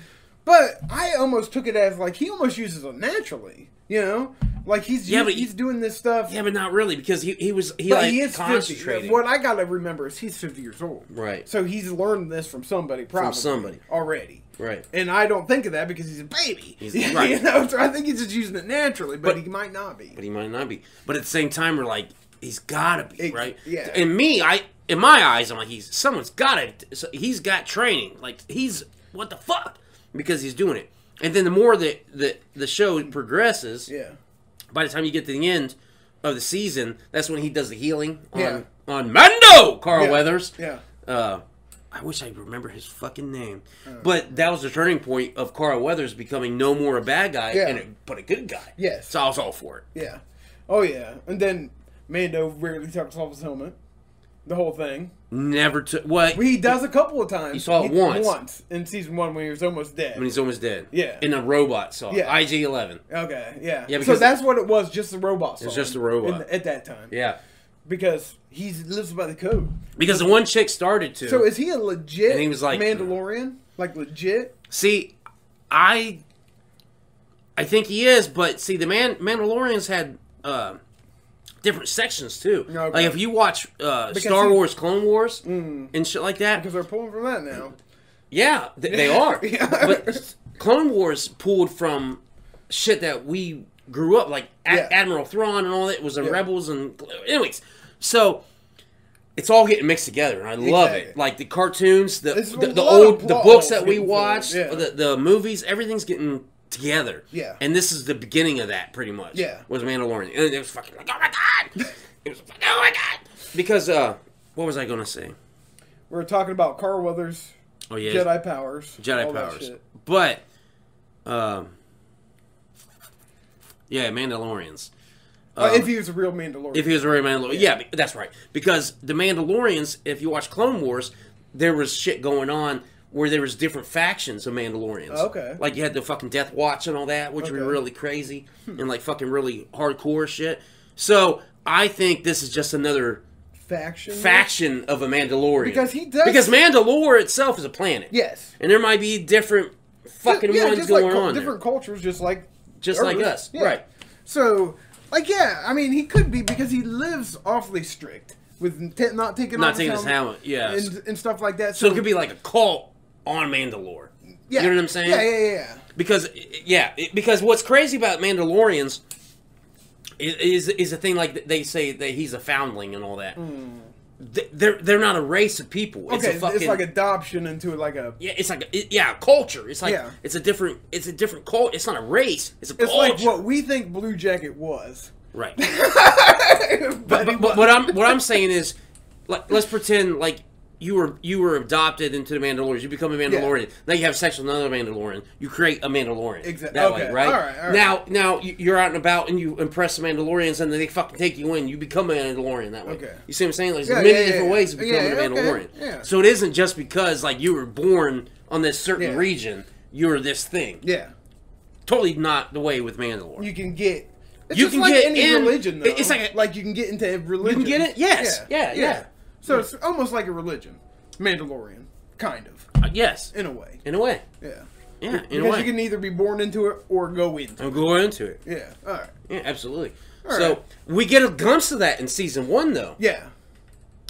[SPEAKER 1] But I almost took it as like he almost uses it naturally, you know? Like he's
[SPEAKER 2] Yeah,
[SPEAKER 1] yeah,
[SPEAKER 2] but
[SPEAKER 1] he's doing this stuff.
[SPEAKER 2] yeah, but not really because he he was he
[SPEAKER 1] but
[SPEAKER 2] like
[SPEAKER 1] he is 50.
[SPEAKER 2] concentrating.
[SPEAKER 1] What I got to remember is he's 50 years old.
[SPEAKER 2] Right.
[SPEAKER 1] So he's learned this from somebody probably.
[SPEAKER 2] somebody.
[SPEAKER 1] Already.
[SPEAKER 2] Right.
[SPEAKER 1] And I don't think of that because he's a baby.
[SPEAKER 2] He's-
[SPEAKER 1] you
[SPEAKER 2] right.
[SPEAKER 1] know, so I think he's just using it naturally, but,
[SPEAKER 2] But-
[SPEAKER 1] he might not be.
[SPEAKER 2] but he might not be. But at the same time, we're like, he's gotta be,
[SPEAKER 1] It-
[SPEAKER 2] right?
[SPEAKER 1] yeah.
[SPEAKER 2] In me, I in my eyes, I'm like, he's someone's gotta. So he's got training. Like he's what the fuck because he's doing it. And then the more that the the show progresses,
[SPEAKER 1] yeah.
[SPEAKER 2] by the time you get to the end of the season, that's when he does the healing on
[SPEAKER 1] Yeah.
[SPEAKER 2] on Mando Carl
[SPEAKER 1] Yeah.
[SPEAKER 2] Weathers.
[SPEAKER 1] Yeah.
[SPEAKER 2] Uh, I wish I remember his fucking name,
[SPEAKER 1] Uh.
[SPEAKER 2] but that was the turning point of Carl Weathers becoming no more a bad guy
[SPEAKER 1] Yeah.
[SPEAKER 2] and a, but a good guy.
[SPEAKER 1] Yes.
[SPEAKER 2] so I was all for it.
[SPEAKER 1] Yeah. Oh yeah. And then Mando rarely takes off his helmet. The whole thing.
[SPEAKER 2] Never took what
[SPEAKER 1] He does a couple of times. You
[SPEAKER 2] saw it once.
[SPEAKER 1] Once in season one when he was almost dead.
[SPEAKER 2] when he's almost dead.
[SPEAKER 1] Yeah.
[SPEAKER 2] in a robot saw.
[SPEAKER 1] Yeah.
[SPEAKER 2] Yeah, IG Eleven.
[SPEAKER 1] okay. Yeah.
[SPEAKER 2] Yeah,
[SPEAKER 1] So
[SPEAKER 2] because-
[SPEAKER 1] that's what it was. Just the robot. It's
[SPEAKER 2] just the robot.
[SPEAKER 1] at that time.
[SPEAKER 2] Yeah,
[SPEAKER 1] Because he lives by the code.
[SPEAKER 2] because the one chick started to.
[SPEAKER 1] So is he a legit?
[SPEAKER 2] And he was like-
[SPEAKER 1] Mandalorian. Like legit.
[SPEAKER 2] see, I, I think he is, but see, the man Mandalorians had uh, different sections too.
[SPEAKER 1] Okay.
[SPEAKER 2] Like if you watch uh, Star
[SPEAKER 1] he- Mm.
[SPEAKER 2] Wars, Clone Wars, and shit like that.
[SPEAKER 1] Because they're pulling from that now.
[SPEAKER 2] Yeah, th- they are.
[SPEAKER 1] Yeah.
[SPEAKER 2] But Clone Wars pulled from shit that we grew up like A-
[SPEAKER 1] Yeah.
[SPEAKER 2] Admiral Thrawn and all that was in Rebels and anyways. So it's all getting mixed together, and I love it.
[SPEAKER 1] Exactly.
[SPEAKER 2] Like the cartoons, the
[SPEAKER 1] It's a
[SPEAKER 2] the, the
[SPEAKER 1] lot of
[SPEAKER 2] old the
[SPEAKER 1] plot
[SPEAKER 2] books
[SPEAKER 1] holes
[SPEAKER 2] that we
[SPEAKER 1] getting filled,
[SPEAKER 2] watched,
[SPEAKER 1] yeah.
[SPEAKER 2] the the movies, everything's getting together.
[SPEAKER 1] Yeah.
[SPEAKER 2] And this is the beginning of that, pretty much.
[SPEAKER 1] Yeah.
[SPEAKER 2] Was Mandalorian, and it was fucking like, oh my god, it was like, oh my god, because uh, what was I gonna say?
[SPEAKER 1] We We're talking about Carl Weathers.
[SPEAKER 2] Oh yeah,
[SPEAKER 1] Jedi powers.
[SPEAKER 2] Jedi
[SPEAKER 1] all that
[SPEAKER 2] powers.
[SPEAKER 1] shit.
[SPEAKER 2] But, um, yeah, Mandalorians.
[SPEAKER 1] Uh, if he was a real Mandalorian.
[SPEAKER 2] Um, If he was a real Mandalorian, yeah, be- that's right. Because the Mandalorians, if you watch Clone Wars, there was shit going on where there was different factions of Mandalorians.
[SPEAKER 1] Oh, Okay.
[SPEAKER 2] like you had the fucking Death Watch and all that, which were
[SPEAKER 1] Okay. Hmm.
[SPEAKER 2] really crazy and like fucking really hardcore shit. So I think this is just another
[SPEAKER 1] faction.
[SPEAKER 2] faction of a Mandalorian
[SPEAKER 1] Because he does-
[SPEAKER 2] because Mandalore itself is a planet.
[SPEAKER 1] Yes.
[SPEAKER 2] and there might be different fucking
[SPEAKER 1] yeah,
[SPEAKER 2] ones
[SPEAKER 1] just
[SPEAKER 2] going
[SPEAKER 1] like cul-
[SPEAKER 2] on there.
[SPEAKER 1] different cultures, just like
[SPEAKER 2] just like
[SPEAKER 1] Earth.
[SPEAKER 2] us,
[SPEAKER 1] Yeah.
[SPEAKER 2] right?
[SPEAKER 1] So, like, yeah, I mean, he could be because he lives awfully strict with t- not taking
[SPEAKER 2] Not
[SPEAKER 1] off
[SPEAKER 2] taking
[SPEAKER 1] his
[SPEAKER 2] his helmet, yeah.
[SPEAKER 1] and, and stuff like that. So,
[SPEAKER 2] So it could be like a cult on Mandalore.
[SPEAKER 1] yeah.
[SPEAKER 2] You know what I'm saying?
[SPEAKER 1] Yeah, yeah, yeah.
[SPEAKER 2] Because yeah, it- because what's crazy about Mandalorians i- is is a thing like they say that he's a foundling and all that. Th- They're they're not a race of people. It's
[SPEAKER 1] Hmm. Okay,
[SPEAKER 2] a fucking
[SPEAKER 1] it's like adoption into like a
[SPEAKER 2] yeah, it's like a, it- yeah, a culture. It's like
[SPEAKER 1] Yeah.
[SPEAKER 2] it's a different it's a different cult. It's not a race. It's a
[SPEAKER 1] it's
[SPEAKER 2] culture.
[SPEAKER 1] like what we think Blue Jacket was.
[SPEAKER 2] right.
[SPEAKER 1] but,
[SPEAKER 2] but, but what I'm what I'm saying is, like, let's pretend like you were you were adopted into the Mandalorians. You become a Mandalorian. Now you have sex with another Mandalorian. You create a Mandalorian.
[SPEAKER 1] Exact-
[SPEAKER 2] That way,
[SPEAKER 1] okay.
[SPEAKER 2] right?
[SPEAKER 1] All right, all right.
[SPEAKER 2] Now, now you- you're out and about and you impress the Mandalorians, and then they fucking take you in. You become a Mandalorian that way.
[SPEAKER 1] Okay.
[SPEAKER 2] You see what I'm saying? Like,
[SPEAKER 1] Yeah,
[SPEAKER 2] there's many
[SPEAKER 1] yeah, yeah,
[SPEAKER 2] different
[SPEAKER 1] yeah.
[SPEAKER 2] ways of becoming
[SPEAKER 1] Yeah,
[SPEAKER 2] a
[SPEAKER 1] okay,
[SPEAKER 2] Mandalorian.
[SPEAKER 1] yeah.
[SPEAKER 2] So it isn't just because like you were born on this certain
[SPEAKER 1] Yeah.
[SPEAKER 2] region. You're this thing.
[SPEAKER 1] yeah,
[SPEAKER 2] Totally not the way with Mandalorian.
[SPEAKER 1] you can get. It's
[SPEAKER 2] You
[SPEAKER 1] just
[SPEAKER 2] can
[SPEAKER 1] like
[SPEAKER 2] get
[SPEAKER 1] any
[SPEAKER 2] in-
[SPEAKER 1] religion, though.
[SPEAKER 2] it- it's like a-
[SPEAKER 1] you can get into religion.
[SPEAKER 2] get it? Yes. Yeah, yeah.
[SPEAKER 1] So it's almost like a religion, Mandalorian, kind of,
[SPEAKER 2] Uh, yes.
[SPEAKER 1] in a way.
[SPEAKER 2] In a way.
[SPEAKER 1] Yeah.
[SPEAKER 2] Yeah. In a
[SPEAKER 1] because
[SPEAKER 2] way.
[SPEAKER 1] you can either be born into it or go into it.
[SPEAKER 2] I'll go into it.
[SPEAKER 1] Yeah. All right.
[SPEAKER 2] Yeah, absolutely.
[SPEAKER 1] All
[SPEAKER 2] so
[SPEAKER 1] right.
[SPEAKER 2] we get a glimpse of that in season one, though,
[SPEAKER 1] Yeah.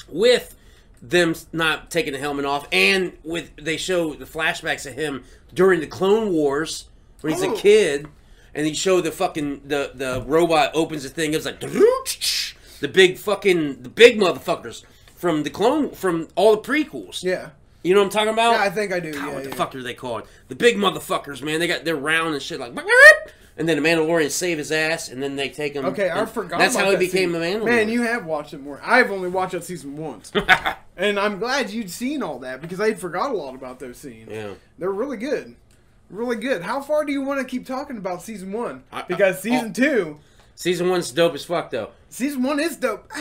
[SPEAKER 2] with them not taking the helmet off, and with they show the flashbacks of him during the Clone Wars when he's
[SPEAKER 1] Oh.
[SPEAKER 2] a kid, and he show the fucking the the robot opens the thing. It's like the big fucking the big motherfuckers from the clone from all the prequels.
[SPEAKER 1] Yeah.
[SPEAKER 2] You know what I'm talking about?
[SPEAKER 1] Yeah, I think I do.
[SPEAKER 2] God,
[SPEAKER 1] yeah,
[SPEAKER 2] what the
[SPEAKER 1] yeah.
[SPEAKER 2] fuck are they called? The big motherfuckers, man. They got they're round and shit like. And then the Mandalorians save his ass, and then they take him.
[SPEAKER 1] Okay, I
[SPEAKER 2] and
[SPEAKER 1] forgot.
[SPEAKER 2] That's
[SPEAKER 1] about
[SPEAKER 2] how he
[SPEAKER 1] that
[SPEAKER 2] became a
[SPEAKER 1] season.
[SPEAKER 2] Mandalorian.
[SPEAKER 1] Man, you have watched it more. I've only watched that season once, and I'm glad you'd seen all that because I had forgot a lot about those scenes.
[SPEAKER 2] Yeah.
[SPEAKER 1] They're really good, really good. How far do you want to keep talking about season one?
[SPEAKER 2] I- oh. I-
[SPEAKER 1] Because season
[SPEAKER 2] I'll-
[SPEAKER 1] two,
[SPEAKER 2] Season one's dope as fuck, though.
[SPEAKER 1] season one is dope.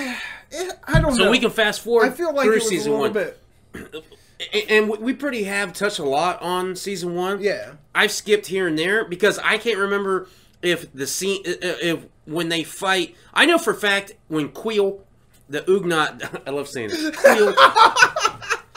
[SPEAKER 1] Eh, I don't
[SPEAKER 2] So
[SPEAKER 1] know.
[SPEAKER 2] we can fast forward
[SPEAKER 1] I feel like it
[SPEAKER 2] through
[SPEAKER 1] was a
[SPEAKER 2] season
[SPEAKER 1] little
[SPEAKER 2] one,
[SPEAKER 1] bit.
[SPEAKER 2] A- and we- we pretty have touched a lot on season one.
[SPEAKER 1] Yeah.
[SPEAKER 2] I've skipped here and there because I can't remember if the scene uh, uh, if when they fight. I know for a fact when Queel, the Ugnat, I love saying it. Queel,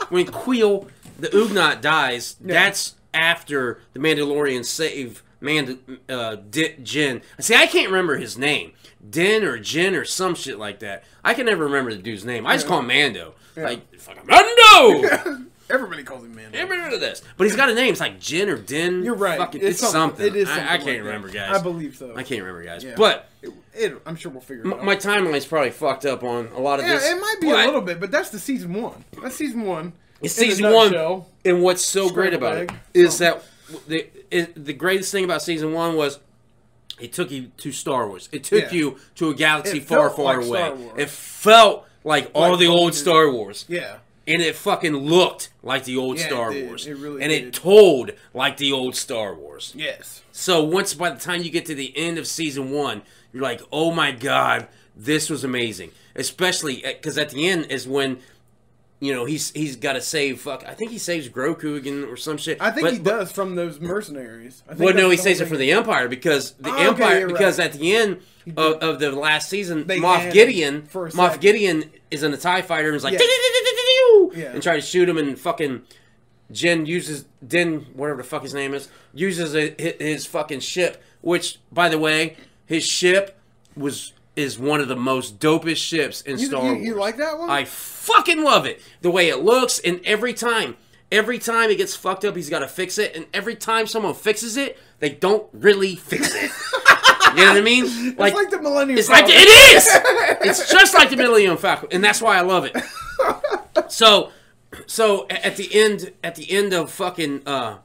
[SPEAKER 2] when Queel, the Ugnat dies, that's after the Mandalorians save Mand uh, Di- Jin. See, I can't remember his name, Din or Jin or some shit like that. I can never remember the dude's name. I just call him Mando. Like fucking Mando.
[SPEAKER 1] Everybody calls him Mandalorian.
[SPEAKER 2] Remember this, but he's got a name. It's like Jin or Din.
[SPEAKER 1] You're right.
[SPEAKER 2] Fucking, it's, something.
[SPEAKER 1] It is something.
[SPEAKER 2] I, I can't
[SPEAKER 1] like that.
[SPEAKER 2] remember, guys.
[SPEAKER 1] I believe so.
[SPEAKER 2] I can't remember, guys.
[SPEAKER 1] Yeah.
[SPEAKER 2] But
[SPEAKER 1] It, it, I'm sure we'll figure it
[SPEAKER 2] m-
[SPEAKER 1] out.
[SPEAKER 2] my timeline's probably fucked up on a lot of
[SPEAKER 1] yeah,
[SPEAKER 2] this.
[SPEAKER 1] it might be
[SPEAKER 2] But-
[SPEAKER 1] a little bit, but that's the season one. That's season one.
[SPEAKER 2] It's
[SPEAKER 1] In a
[SPEAKER 2] season one,
[SPEAKER 1] nutshell.
[SPEAKER 2] and what's so
[SPEAKER 1] Straight
[SPEAKER 2] great about it
[SPEAKER 1] leg.
[SPEAKER 2] is that the it, the greatest thing about season one was it took you to Star Wars. It took
[SPEAKER 1] Yeah.
[SPEAKER 2] you to a galaxy
[SPEAKER 1] It
[SPEAKER 2] far,
[SPEAKER 1] felt
[SPEAKER 2] far
[SPEAKER 1] like Star
[SPEAKER 2] away.
[SPEAKER 1] Wars.
[SPEAKER 2] It felt like all
[SPEAKER 1] Like
[SPEAKER 2] the old
[SPEAKER 1] fucking-
[SPEAKER 2] Star Wars,
[SPEAKER 1] Yeah.
[SPEAKER 2] and it fucking looked like the old
[SPEAKER 1] Yeah, it
[SPEAKER 2] Star
[SPEAKER 1] did.
[SPEAKER 2] Wars.
[SPEAKER 1] It really
[SPEAKER 2] and it
[SPEAKER 1] did.
[SPEAKER 2] told like the old Star Wars.
[SPEAKER 1] Yes.
[SPEAKER 2] So once by the time you get to the end of season one, you're like, oh my god, this was amazing. Especially because at the end is when. You know he's he's got to save fuck. I think he saves Grogu again or some shit.
[SPEAKER 1] I think
[SPEAKER 2] But-
[SPEAKER 1] he
[SPEAKER 2] but-
[SPEAKER 1] does from those mercenaries. I think
[SPEAKER 2] Well, no,
[SPEAKER 1] that's
[SPEAKER 2] he
[SPEAKER 1] the
[SPEAKER 2] saves
[SPEAKER 1] whole
[SPEAKER 2] it for
[SPEAKER 1] thing.
[SPEAKER 2] the Empire because the
[SPEAKER 1] Oh, okay,
[SPEAKER 2] Empire
[SPEAKER 1] you're right.
[SPEAKER 2] because at the end of, of the last season,
[SPEAKER 1] They
[SPEAKER 2] Moff
[SPEAKER 1] had
[SPEAKER 2] Gideon
[SPEAKER 1] him for a
[SPEAKER 2] Moff
[SPEAKER 1] second.
[SPEAKER 2] Gideon is in a Tie Fighter and is like
[SPEAKER 1] Yeah.
[SPEAKER 2] "Dee-dee-dee-dee-dee-dee-doo,"
[SPEAKER 1] Yeah.
[SPEAKER 2] and try to shoot him and fucking Jen uses Din whatever the fuck his name is uses a, hi- his fucking ship, which by the way, his ship was is one of the most dopest ships in Star
[SPEAKER 1] you-
[SPEAKER 2] Wars.
[SPEAKER 1] you like that one?
[SPEAKER 2] I fucking love it. The way it looks, and every time, every time it gets fucked up, he's got to fix it. And every time someone fixes it, they don't really fix it. you know what I mean?
[SPEAKER 1] It's like the Millennium.
[SPEAKER 2] It's like
[SPEAKER 1] Falcon.
[SPEAKER 2] it is. It's just like the Millennium Falcon, and that's why I love it. So, so a- at the end, at the end of fucking uh,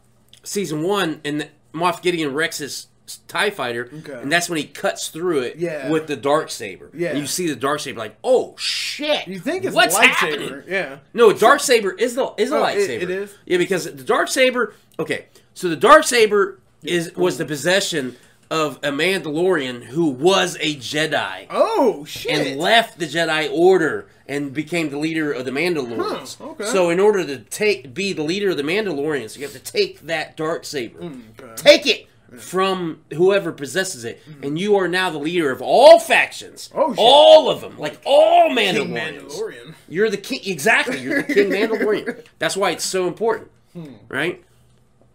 [SPEAKER 2] season one, and Moff Gideon wrecks his s- Tie Fighter,
[SPEAKER 1] Okay.
[SPEAKER 2] and that's when he cuts through it
[SPEAKER 1] Yeah.
[SPEAKER 2] with the dark saber.
[SPEAKER 1] Yeah.
[SPEAKER 2] and you see the dark saber, like, oh shit!
[SPEAKER 1] You think it's
[SPEAKER 2] what's
[SPEAKER 1] a lightsaber?
[SPEAKER 2] happening?
[SPEAKER 1] Yeah.
[SPEAKER 2] No, dark saber is the is a
[SPEAKER 1] Oh, it-
[SPEAKER 2] lightsaber.
[SPEAKER 1] it is?
[SPEAKER 2] Yeah, because the dark saber. Okay, so the dark saber is was the possession of a Mandalorian who was a Jedi
[SPEAKER 1] Oh shit!
[SPEAKER 2] and left the Jedi Order and became the leader of the Mandalorians.
[SPEAKER 1] Huh, okay.
[SPEAKER 2] So in order to take be the leader of the Mandalorians, you have to take that dark saber.
[SPEAKER 1] Hmm,
[SPEAKER 2] Take it from whoever possesses it, and you are now the leader of all factions.
[SPEAKER 1] Hmm. Oh, shit.
[SPEAKER 2] All of them, like all
[SPEAKER 1] King
[SPEAKER 2] Mandalorians.
[SPEAKER 1] Mandalorian.
[SPEAKER 2] You're the king. Exactly. You're the king Mandalorian. That's why it's so important,
[SPEAKER 1] Hmm.
[SPEAKER 2] right?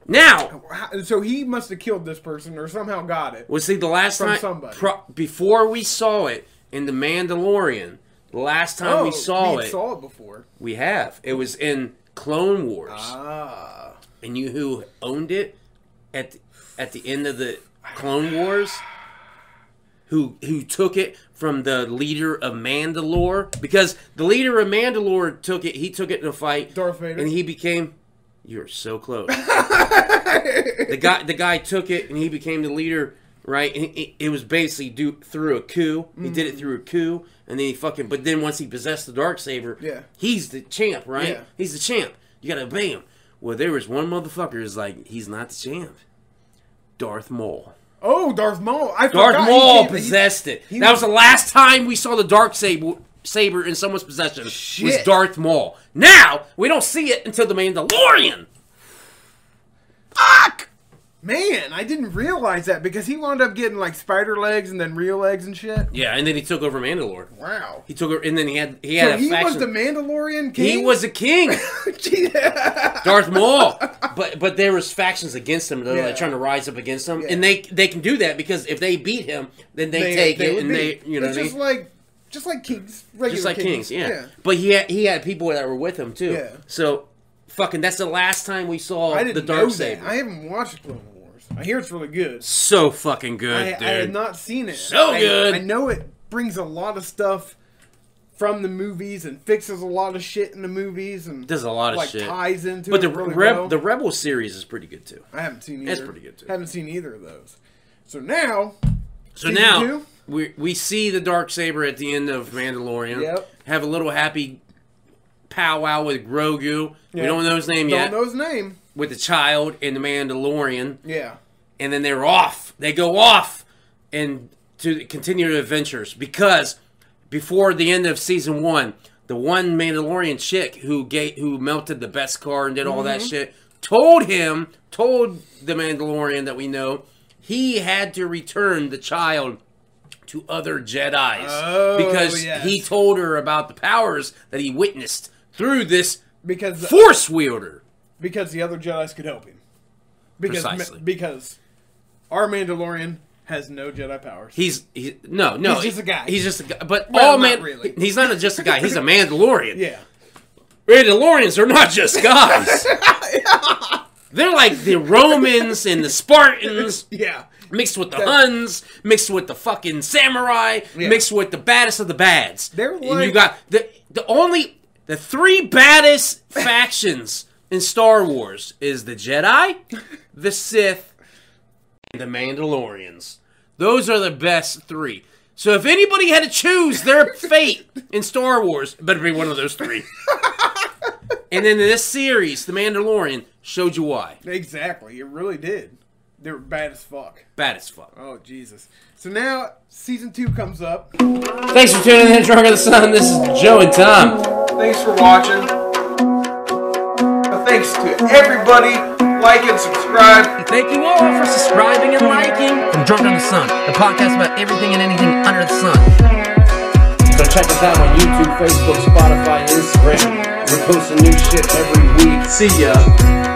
[SPEAKER 2] Now,
[SPEAKER 1] How- So he must have killed this person or somehow got it.
[SPEAKER 2] was see the last
[SPEAKER 1] From
[SPEAKER 2] time
[SPEAKER 1] somebody.
[SPEAKER 2] pro- before we saw it in the Mandalorian. The last time
[SPEAKER 1] oh,
[SPEAKER 2] we saw
[SPEAKER 1] he
[SPEAKER 2] it,
[SPEAKER 1] saw it before.
[SPEAKER 2] we have. It was in Clone Wars,
[SPEAKER 1] Ah,
[SPEAKER 2] and you who owned it at at the end of the Clone Wars. Who, who took it from the leader of Mandalore? Because the leader of Mandalore took it. He took it in a fight.
[SPEAKER 1] Darth Vader.
[SPEAKER 2] and he became. You're so close. the guy, the guy took it, and he became the leader. Right? And it, it was basically do, through a coup. He did
[SPEAKER 1] Mm-hmm.
[SPEAKER 2] it through a coup, and then he fucking. But then once he possessed the dark saber,
[SPEAKER 1] Yeah.
[SPEAKER 2] he's the champ, right?
[SPEAKER 1] Yeah.
[SPEAKER 2] He's the champ. You gotta obey him. Well, there was one motherfucker is like, he's not the champ. Darth Maul.
[SPEAKER 1] oh, Darth Maul. I
[SPEAKER 2] Darth
[SPEAKER 1] forgot he
[SPEAKER 2] Maul
[SPEAKER 1] came- he-
[SPEAKER 2] possessed it.
[SPEAKER 1] he
[SPEAKER 2] that was
[SPEAKER 1] was-
[SPEAKER 2] the last time we saw the dark saber saber in someone's possession. Was
[SPEAKER 1] Shit.
[SPEAKER 2] Darth Maul. Now we don't see it until the Mandalorian. Fuck.
[SPEAKER 1] Man, I didn't realize that because he wound up getting like spider legs and then real legs and shit.
[SPEAKER 2] Yeah, and then he took over Mandalore.
[SPEAKER 1] Wow.
[SPEAKER 2] He took over, and then he had he
[SPEAKER 1] So
[SPEAKER 2] had
[SPEAKER 1] he
[SPEAKER 2] a
[SPEAKER 1] was
[SPEAKER 2] faction.
[SPEAKER 1] the Mandalorian
[SPEAKER 2] he
[SPEAKER 1] king.
[SPEAKER 2] was a king, Darth Maul. But but there was factions against him that were like
[SPEAKER 1] Yeah.
[SPEAKER 2] trying to rise up against him,
[SPEAKER 1] Yeah.
[SPEAKER 2] and they they can do that because if they beat him, then they, take it,
[SPEAKER 1] would
[SPEAKER 2] and
[SPEAKER 1] be.
[SPEAKER 2] they you know
[SPEAKER 1] it's
[SPEAKER 2] what I mean?
[SPEAKER 1] just like just like kings, regular
[SPEAKER 2] just like kings, yeah.
[SPEAKER 1] yeah.
[SPEAKER 2] But he had he had people that were with him too.
[SPEAKER 1] Yeah.
[SPEAKER 2] So fucking that's the last time we saw
[SPEAKER 1] I didn't
[SPEAKER 2] the dark
[SPEAKER 1] know
[SPEAKER 2] saber.
[SPEAKER 1] that. I haven't watched Clone Wars. I hear it's really good.
[SPEAKER 2] so fucking good,
[SPEAKER 1] I,
[SPEAKER 2] dude.
[SPEAKER 1] I had not seen it.
[SPEAKER 2] So
[SPEAKER 1] I-
[SPEAKER 2] good.
[SPEAKER 1] I know it brings a lot of stuff from the movies and fixes a lot of shit in the movies and
[SPEAKER 2] Does a lot of
[SPEAKER 1] like
[SPEAKER 2] shit.
[SPEAKER 1] ties into
[SPEAKER 2] but
[SPEAKER 1] it
[SPEAKER 2] the
[SPEAKER 1] really
[SPEAKER 2] Reb-
[SPEAKER 1] well.
[SPEAKER 2] the rebel series is pretty good too.
[SPEAKER 1] I haven't seen either.
[SPEAKER 2] That's pretty good, too.
[SPEAKER 1] Haven't seen either of those. So now,
[SPEAKER 2] So
[SPEAKER 1] Season
[SPEAKER 2] now
[SPEAKER 1] two?
[SPEAKER 2] we we see the dark saber at the end of Mandalorian.
[SPEAKER 1] Yep.
[SPEAKER 2] Have a little happy powwow with Grogu. We
[SPEAKER 1] Yeah.
[SPEAKER 2] don't know his name
[SPEAKER 1] don't
[SPEAKER 2] yet.
[SPEAKER 1] know his name.
[SPEAKER 2] With the child and the Mandalorian.
[SPEAKER 1] Yeah.
[SPEAKER 2] and then they're off. They go off and to continue their adventures because before the end of season one, the one Mandalorian chick who gate who melted the best car and did all
[SPEAKER 1] Mm-hmm.
[SPEAKER 2] that shit told him, told the Mandalorian that we know, he had to return the child to other Jedi's
[SPEAKER 1] Oh,
[SPEAKER 2] because
[SPEAKER 1] yes.
[SPEAKER 2] he told her about the powers that he witnessed through this
[SPEAKER 1] Because
[SPEAKER 2] force wielder.
[SPEAKER 1] because the other Jedi's could help him. Because
[SPEAKER 2] Precisely.
[SPEAKER 1] because our Mandalorian has no Jedi powers.
[SPEAKER 2] He's he, no, no.
[SPEAKER 1] He's just a guy.
[SPEAKER 2] He's just a guy. But
[SPEAKER 1] Well,
[SPEAKER 2] all
[SPEAKER 1] not
[SPEAKER 2] man,
[SPEAKER 1] really.
[SPEAKER 2] he's not a, just a guy. He's a Mandalorian.
[SPEAKER 1] yeah.
[SPEAKER 2] Mandalorians are not just guys. They're like the Romans and the Spartans
[SPEAKER 1] Yeah.
[SPEAKER 2] mixed with the Huns, mixed with the fucking samurai,
[SPEAKER 1] Yeah.
[SPEAKER 2] mixed with the baddest of the bads.
[SPEAKER 1] They're
[SPEAKER 2] and you
[SPEAKER 1] like-
[SPEAKER 2] got the the only the three baddest factions in Star Wars is the Jedi, the Sith, and the Mandalorians. Those are the best three. So if anybody had to choose their fate in Star Wars, it better be one of those three. and then in this series, The Mandalorian showed you why.
[SPEAKER 1] Exactly. It really did. They were bad as fuck.
[SPEAKER 2] Bad as fuck.
[SPEAKER 1] Oh Jesus. So now season two comes up.
[SPEAKER 2] Thanks for tuning in, Drunk of the Sun. This is Joe and Tom.
[SPEAKER 4] Thanks for watching. Thanks to everybody. Like and subscribe.
[SPEAKER 2] Thank you all for subscribing and liking. From Drunk on the Sun, the podcast about everything and anything under the sun.
[SPEAKER 3] So check us out on YouTube, Facebook, Spotify, Instagram. We're posting new shit every week. See ya.